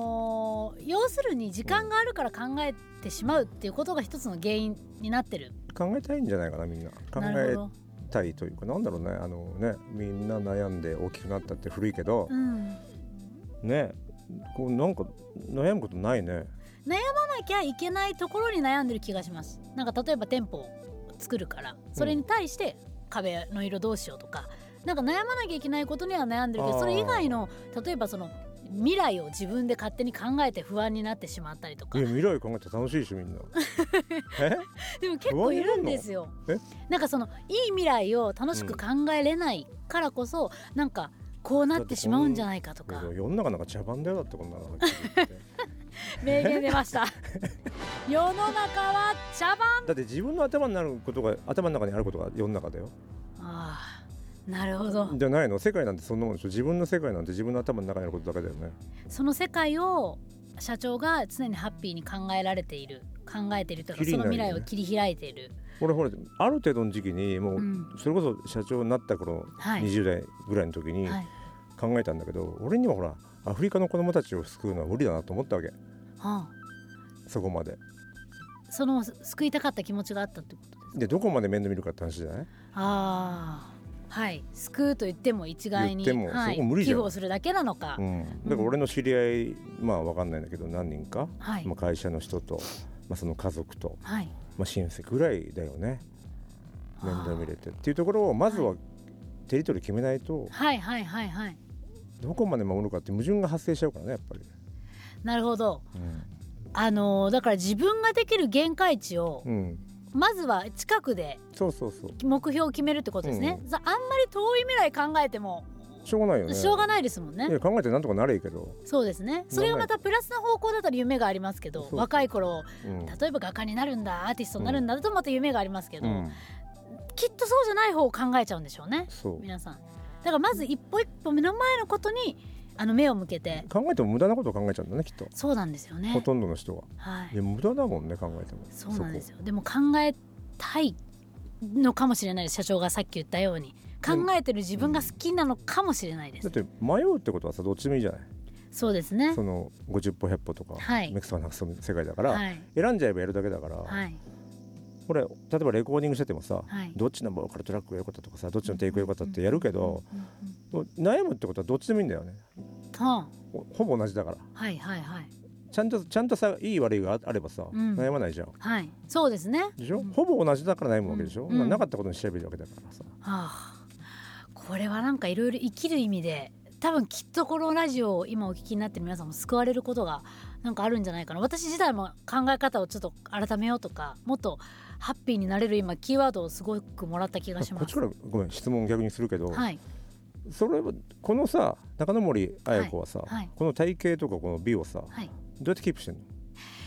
S2: のー要するに時間があるから考えてしまうっていうことが一つの原因になってる
S3: 考えたいんじゃないかなみんな考
S2: なる
S3: え
S2: ほど、
S3: たいというかなんだろうねあのねみんな悩んで大きくなったって古いけど
S2: う、ん、 *laughs*
S3: ねこうなんか悩むことないね
S2: 悩まなきゃいけないところに悩んでる気がしますなんか例えば店舗を作るからそれに対して壁の色どうしようとか、なんか悩まなきゃいけないことには悩んでるけ
S3: あ
S2: ど
S3: ー
S2: それ以外の例えばその未来を自分で勝手に考えて不安になってしまったりとか
S3: いや未来考えて楽しいでしょみ
S2: *laughs*
S3: んなえ
S2: でも結構いるんですよ
S3: え。
S2: なんかそのいい未来を楽しく考えれないからこそ、なんかこうなってしまうんじゃないかと
S3: いや
S2: か
S3: でも世の中なんか茶番だよだってこんなの
S2: *laughs*
S3: はっきり言って
S2: 名言出ました。 *laughs* 世の中は茶番。
S3: だって自分の頭になることが頭の中にあることが世の中だよ
S2: ああ、なるほど。
S3: じゃないの世界なんてそんなもんでしょ自分の世界なんて自分の頭の中にあることだけだよね
S2: その世界を社長が常にハッピーに考えられている、考えているとか、
S3: 切り
S2: その
S3: ないよね
S2: 未来を切り開いている。
S3: 俺ほらある程度の時期にもう、
S2: うん
S3: それこそ社長になった頃、
S2: はい
S3: 20代ぐらいの時に
S2: はい。
S3: 考えたんだけど、俺にはほらアフリカの子供たちを救うのは無理だなと思ったわけ
S2: は
S3: そこまで
S2: あ、その救いたかった気持ちがあったってことですか。
S3: でどこまで面倒見るかって話じゃない
S2: ああ、はい。救うと言っても一概に、
S3: 言っても
S2: はい、
S3: そこ無理じ
S2: 寄
S3: ゃん
S2: 付をするだけなのか。
S3: うん、だから俺の知り合いまあわかんないんだけど何人か、
S2: はい
S3: まあ、会社の人と、まあ、その家族と、
S2: はい。
S3: まあ、親戚ぐらいだよね面倒見れてっていうところをまずはテリトリー決めないと
S2: はいはいはいはい
S3: どこまで守るかって矛盾が発生しちゃうからねやっぱり、
S2: なるほどあのーだから自分ができる限界値を
S3: うんうん、
S2: まずは近くで
S3: そうそうそう
S2: 目標を決めるってことですね、さあんまり遠い未来考えても
S3: しょうがないよね
S2: しょうがないですもんね
S3: いや考えてなんとかなれいけど、
S2: そうですねそれがまたプラスな方向だったら夢がありますけど
S3: そうそう
S2: 若い頃
S3: うん
S2: 例えば画家になるんだアーティストになるんだとまた夢がありますけど、
S3: うん、
S2: きっとそうじゃない方を考えちゃうんでしょうね
S3: そう
S2: 皆さんだからまず一歩一歩目の前のことにあの目を向けて
S3: 考えても無駄なことを考えちゃうんだねきっと、
S2: そうなんですよね
S3: ほとんどの人は
S2: はい
S3: いや無駄だもんね考えても
S2: そうなんです
S3: よ
S2: よでも考えたいのかもしれないです社長がさっき言ったように考えてる自分が好きなのかもしれないです、
S3: だって迷うってことはさどっちでもいいじゃない
S2: そうですね
S3: その50歩100歩とか、
S2: はい
S3: メクソがなくす世界だから、
S2: はい
S3: 選んじゃえばやるだけだから、
S2: はい
S3: これ例えばレコーディングしててもさ、
S2: はい
S3: どっちのボーカルトラックが良かったとかさどっちのテイクが良かったってやるけど、
S2: うんうん
S3: もう悩むってことはどっちでもいいんだよね
S2: は
S3: ほほぼ同じだから
S2: あはいはいはい
S3: ちゃんとちゃんとさいい悪いがああればさ、
S2: うん
S3: 悩まないじゃん
S2: はいそうですねは
S3: でしょ、ほぼ同じだから悩むわけでしょ、
S2: うん
S3: ななかったことにしちゃえばいいわけだからさ
S2: あこれはなんかいろいろ生きる意味で多分きっとこのラジオを今お聞きになってる皆さんも救われることがなんかあるんじゃないかな私自体も考え方をちょっと改めようとかもっとハッピーになれる今キーワードをすごくもらった気がし
S3: こ
S2: ま
S3: っち
S2: す
S3: からごめん質問逆にするけど、
S2: はい
S3: それはこのさ中野森綾子はさ、
S2: はいはい
S3: この体型とかこの美をさ、
S2: はい
S3: どうやってキープしてんの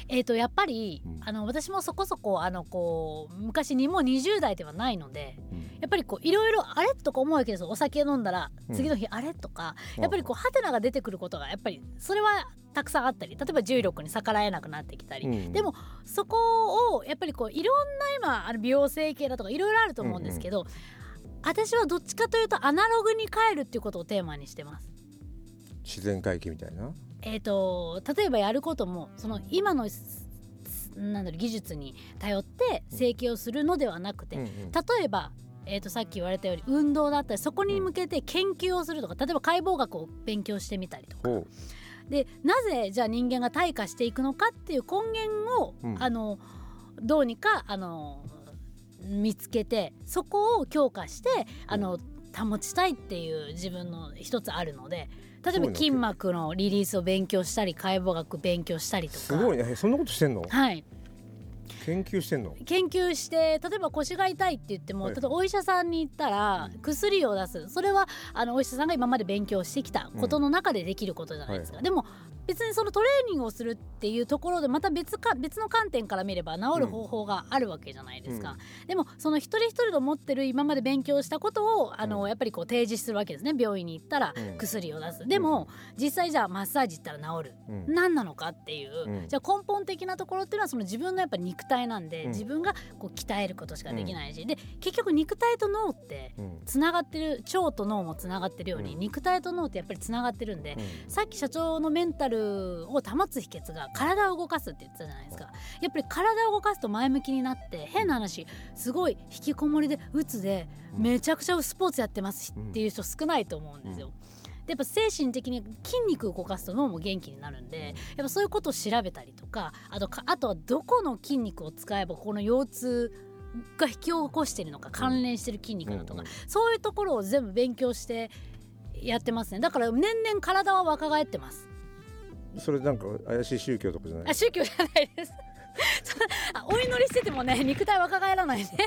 S2: えー、とやっぱり、
S3: うん
S2: あの私もそこそこあのこう昔にもう20代ではないのでやっぱりこういろいろあれとか思うわけですよお酒飲んだら
S3: うん
S2: 次の日あれとか、
S3: あ
S2: やっぱりこうハテナが出てくることがやっぱりそれはたくさんあったり例えば重力に逆らえなくなってきたり、
S3: うん
S2: でもそこをやっぱりこういろんな今あの美容整形だとかいろいろあると思うんですけど、私はどっちかというとアナログに変えるっていうことをテーマにしてます。
S3: 自然回帰みたいな
S2: えー、と例えばやることもその今のすなんだろう技術に頼って整形をするのではなくて、
S3: うんうん
S2: 例えば、えー、とさっき言われたように運動だったりそこに向けて研究をするとか例えば解剖学を勉強してみたりとか
S3: ほ
S2: でなぜじゃあ人間が退化していくのかっていう根源を、
S3: うん
S2: あのどうにかあの見つけてそこを強化してあの保ちたいっていう自分の一つあるので例え
S3: すご
S2: ば
S3: いな
S2: 筋膜のリリースを勉強したり解剖学勉強したり
S3: う
S2: とか。
S3: すごいねえそんなことしてんの
S2: はい、
S3: 研究してんの
S2: 研究して例えば腰が痛いって言っても、
S3: はい
S2: 例えばお医者さんに行ったら
S3: うん
S2: 薬を出すそれはあのお医者さんが今まで勉強してきたことの中でできることじゃないですか、
S3: はい
S2: でも別にそのトレーニングをするっていうところでまた別か別の観点から見れば治る方法があるわけじゃないですか、でもその一人一人の持ってる今まで勉強したことをあの、
S3: うん
S2: やっぱりこう提示するわけですね病院に行ったら
S3: うん
S2: 薬を出す、でも実際じゃあマッサージ行ったら治る
S3: うん
S2: 何なのかっていう、
S3: うん
S2: じゃあ根本的なところっていうのはその自分のやっぱ肉体なんで、
S3: うん
S2: 自分がこう鍛えることしかできないし、で結局肉体と脳って
S3: うん
S2: つながってる腸と脳もつながってるように、
S3: うん
S2: 肉体と脳ってやっぱりつながってるんで、
S3: うん
S2: さっき社長のメンタルを保つ秘訣が体を動かすって言ってたじゃないですかやっぱり体を動かすと前向きになって変な話すごい引きこもりで鬱で
S3: うん
S2: めちゃくちゃスポーツやってます
S3: うん
S2: っていう人少ないと思うんですよ。やっぱ精神的に筋肉を動かすと脳も元気になるんでやっぱそういうことを調べたりとかあとかあとはどこの筋肉を使えばこの腰痛が引き起こしてるのか関連してる筋肉だとか、そういうところを全部勉強してやってますねだから年々体は若返ってます
S3: それなんか怪しい宗教とかじゃな
S2: あ
S3: い
S2: 宗教じゃないです *laughs* そあお祈りしててもね肉体若返らないね *laughs*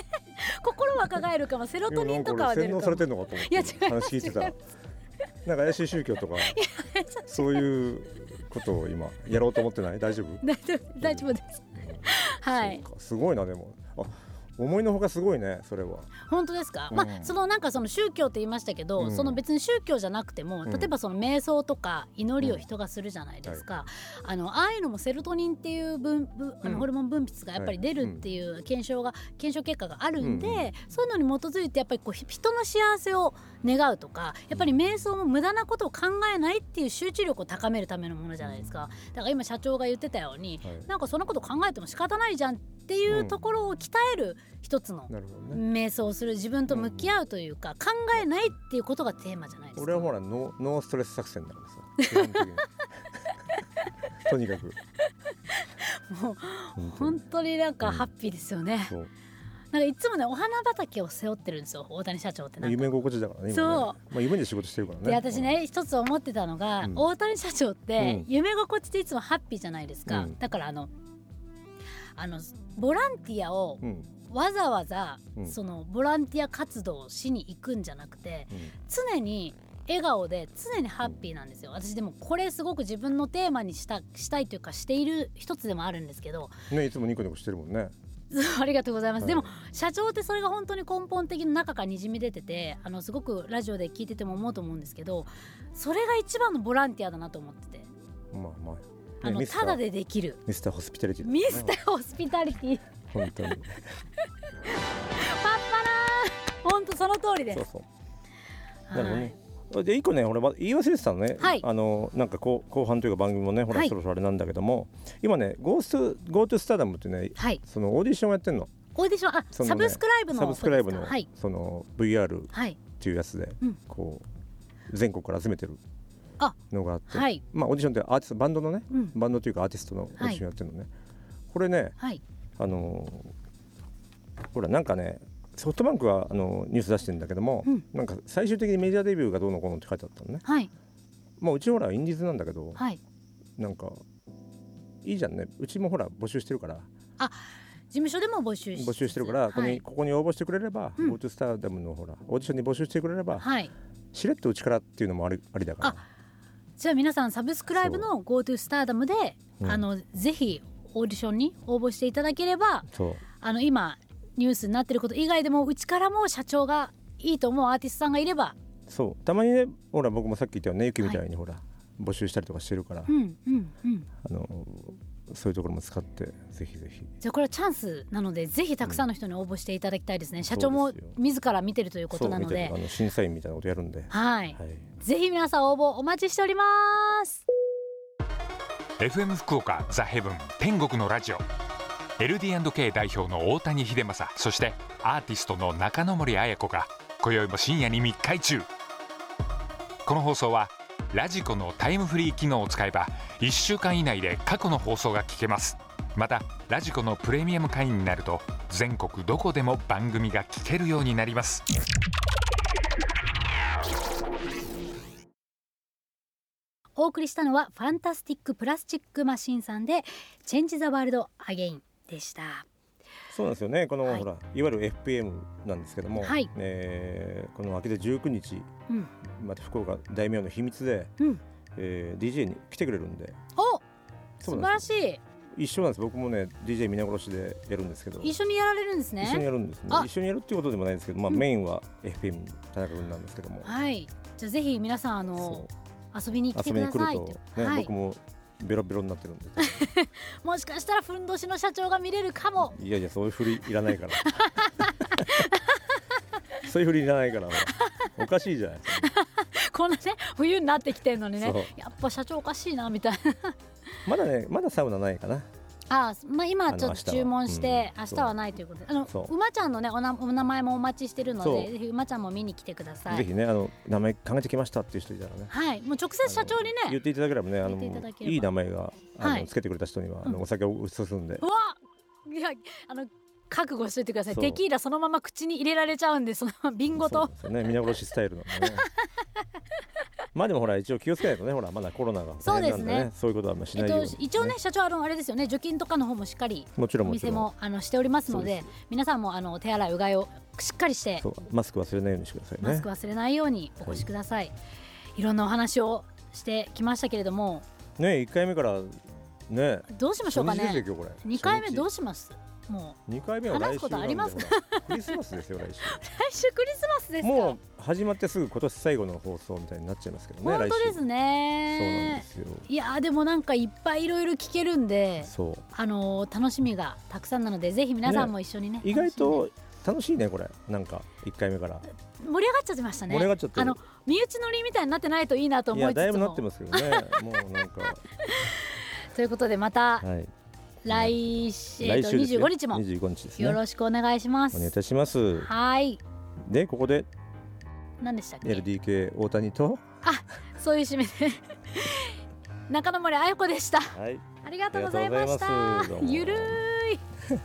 S2: 心若返るかもセロトニンとかは出
S3: 洗
S2: る
S3: 脳
S2: かも
S3: されてんのかと思っ
S2: いや違
S3: て
S2: います
S3: 話聞いてたらなんか怪しい宗
S2: *laughs*
S3: 教とかそういうことを今やろうと思ってない大丈夫
S2: 大丈夫 *laughs* 大丈夫ですはい
S3: そうかすごいなでもあ思いのほかすごいねそれは
S2: 本当ですか、
S3: うん
S2: まあそのなんかその宗教って言いましたけど、
S3: うん
S2: その別に宗教じゃなくても、
S3: うん
S2: 例えばその瞑想とか祈りを人がするじゃないですか、あのああいうのもセロトニンっていう分分あ
S3: うん
S2: のホルモン分泌がやっぱり出るっていう検証が検証結果があるんで、
S3: うんう
S2: そういうのに基づいてやっぱりこうひ人の幸せを願うとかやっぱり瞑想も無駄なことを考えないっていう集中力を高めるためのものじゃないですかだから今社長が言ってたように
S3: はい
S2: なんかそんなこと考えても仕方ないじゃんっていうところを鍛える一つの
S3: なるほどね
S2: 瞑想する自分と向き合うというか、考えないっていうことがテーマじゃないですか
S3: 俺はほらノーノーストレス作戦だからさ基本的
S2: *laughs*
S3: にとにかく
S2: もう
S3: 当に
S2: 本当になんかハッピーですよね、 *laughs*
S3: そう
S2: なんかいつもねお花畑を背負ってるんですよ大谷社長ってなんか
S3: 夢心地だからね今ね
S2: そう
S3: まあ、夢で仕事してるからね
S2: で私ね一つ思ってたのが、
S3: うん
S2: 大谷社長っ
S3: う
S2: て
S3: ん
S2: 夢心地でいつもハッピーじゃないですか、
S3: うん
S2: だからあのあのボランティアを
S3: うん、うん
S2: わざわざ、
S3: うん
S2: そのボランティア活動をしに行くんじゃなくて、常に笑顔で常にハッピーなんですよ私でもこれすごく自分のテーマにしたしたいというかしている一つでもあるんですけど *laughs*
S3: ねいつもニコニコしてるもんね
S2: ありがとうございます、でも
S3: は
S2: 社長ってそれが本当に根本的に中からにじみ出ててあのすごくラジオで聞いてても思うと思うんですけどそれが一番のボランティアだなと思ってて
S3: まあまあ、
S2: あの、
S3: ミスター
S2: ただでできる
S3: ミスターホスピタリティだ
S2: ミスターホスピタリティ
S3: 本当に
S2: 本当その通りです
S3: そうそう
S2: は
S3: ないるほどね。で一個ね俺は言い忘れてたのね、
S2: はい
S3: あのなんか後後半というか番組もねほら
S2: はい
S3: そろそろあれなんだけども、今ね「GoTo Go スタダム」ってね
S2: はい
S3: そのオーディションをやってんの
S2: オーディションあ、
S3: そのね
S2: サブスクライブの
S3: サブスクライブ
S2: こ
S3: の、
S2: とですかはい
S3: その VR っ
S2: はい
S3: ていうやつで、
S2: うん
S3: こう全国から集めてる
S2: あ
S3: のがあって
S2: はい
S3: まあオーディションってアーティストバンドのね
S2: うん
S3: バンドというかアーティストのオーディションやってるのね、これね
S2: はい
S3: あのほらなんかねソフトバンクはあのニュース出してるんだけども、
S2: うん
S3: なんか最終的にメジャーデビューがどうのこうのって書いてあったのね
S2: はい
S3: まあ、うちほらインディーズなんだけど、
S2: はい
S3: なんかいいじゃんねうちもほら募集してるから
S2: 事務所でも募集し
S3: 募集してるから、ここ
S2: は
S3: に
S2: い
S3: ここに応募してくれれば、
S2: うん
S3: GoTo スターダムのほらオーディションに募集してくれれば、
S2: はい
S3: しれっとうちからっていうのもありありだから
S2: じゃあ皆さんサブスクライブの GoTo スターダムで、
S3: うん
S2: あのぜひオーディションに応募していただければ
S3: そう
S2: あの今ニュースになってること以外でもうちからも社長がいいと思うアーティストさんがいれば、
S3: そうたまにねほら僕もさっき言ったよねゆきみたいにほら、募集したりとかしてるから、
S2: うんうんうん、
S3: あのそういうところも使ってぜひぜひ
S2: じゃあこれはチャンスなのでぜひたくさんの人に応募していただきたいですね、社長も
S3: そうですよ
S2: 自ら見てるということなの
S3: そう見
S2: で
S3: てるあの審査員みたいなことやるんで、
S2: はい
S3: はい、
S2: ぜひ皆さん応募お待ちしております。
S1: FM 福岡ザ・ヘブン天国のラジオ LD&K 代表の大谷秀政そしてアーティストの中野森彩子が今宵も深夜に密会中この放送はラジコのタイムフリー機能を使えば1週間以内で過去の放送が聞けますまたラジコのプレミアム会員になると全国どこでも番組が聞けるようになります
S2: お送りしたのはファンタスティックプラスチックマシンさんでチェンジザワールドアゲインでした。
S3: そうなんですよねこの、
S2: はい
S3: ほらいわゆる FPM なんですけども、
S2: はい
S3: えーこの明けて19日
S2: うん
S3: また福岡大名の秘密で、
S2: うん
S3: えー DJ に来てくれるんで
S2: お
S3: そう
S2: 素晴
S3: なん
S2: ら
S3: です
S2: しい
S3: 一緒なんです僕もね DJ 皆殺しでやるんですけど
S2: 一緒にやられるんです
S3: 一緒に
S2: ね
S3: やるんですね
S2: あ
S3: 一緒にやるっていうことでもないんですけど、まあ、
S2: うん
S3: メインは FM 田中君なんですけども、
S2: はいじゃあぜひ皆さんあの
S3: そ
S2: 遊びに来
S3: う
S2: て
S3: 遊
S2: く
S3: びに
S2: だ
S3: 来
S2: さい
S3: る
S2: と
S3: と、ね
S2: はい、
S3: 僕もベロベロになってるんで
S2: もしかしたらふんどしの社長が見れるかも *laughs*
S3: いやいやそういうふりいらないからそういうふりいらないからおかしいじゃないですか
S2: こんなね冬になってきてるのにね
S3: そう
S2: やっぱ社長おかしいなみたいな
S3: まだねまだサウナないかな
S2: あーまあ、今
S3: の
S2: ちょっ
S3: 明日
S2: と
S3: は
S2: 注文して、
S3: うん
S2: 明日はないということであの
S3: そう
S2: 馬ちゃんのねおなお名前もお待ちしてるの
S3: そ
S2: で
S3: う
S2: ぜひ馬ちゃんも見に来てくださ
S3: ぜ
S2: い
S3: ひねあの名前考えてきましたっていう人いたらね
S2: はいもう直接社長に
S3: あの言っ
S2: ね
S3: ていただければねあの
S2: 言っていただければ
S3: いい名前があの、
S2: はい
S3: つけてくれた人にはあの、
S2: うん
S3: お酒をごちそうするんで
S2: うわいやあの覚悟しといてください
S3: そう
S2: テキーラそのまま口に入れられちゃうんでそのまま瓶ご
S3: そう
S2: と
S3: ですよね皆殺しスタイ
S2: *laughs*
S3: ルなんでねまあでもほら一応気をつけないとねほらまだコロナが
S2: そうですね
S3: 大変なんでねそういうことはあんまし
S2: え
S3: な
S2: っ
S3: いよう
S2: と
S3: に、
S2: 一応ね社長あのあれですよね除菌とかの方もしっかり
S3: もちろん
S2: お
S3: もち
S2: 店
S3: ろん
S2: もあのしておりますので
S3: そう
S2: 皆さんもあの手洗いうがいをしっかりして
S3: そうマスク忘れないようにしてくださいね
S2: マスク忘れないようにお越しください、い、ろんなお話をしてきましたけれども
S3: ね一回目からね
S2: どうしましょうか
S3: 初日
S2: ね
S3: ですよ今日これ
S2: 2回目ど
S3: う
S2: うしますもう
S3: 二回目は来週
S2: 話すことありますか
S3: なんでほらクリスマスですよ来週
S2: 来週クリスマスですか
S3: もう始まってすぐ今年最後の放送みたいになっちゃいますけどね
S2: 本当で
S3: 来週
S2: す
S3: そうなんで
S2: ね
S3: すよ
S2: いやーでもなんかいっぱいいろいろ聞けるんで
S3: そう
S2: あのー楽しみがたくさんなのでぜひ皆さんも一緒にね
S3: 意外
S2: 楽し
S3: と楽しいねこれなんか一回目から
S2: んで盛り上がっちゃってましたね
S3: 盛り上がっちゃってる
S2: あの身内乗りみたいになってないといいなと
S3: い
S2: 思い
S3: や
S2: つつも
S3: だいぶなってますけど
S2: *laughs*
S3: ねもうなんか
S2: ということでまた
S3: はい
S2: 来週,、えっ
S3: 来
S2: と
S3: 週ですよ
S2: 25日も
S3: 25日ですね
S2: よろしくお願いしま
S3: お
S2: す
S3: 願いいたします
S2: はい
S3: でここで
S2: 何でしたっけ
S3: LDK 大谷と
S2: そういう締めで *laughs* 中野森彩子でした
S3: はい
S2: ありがとうございました
S3: ありがとうございますどうも
S2: ゆるーい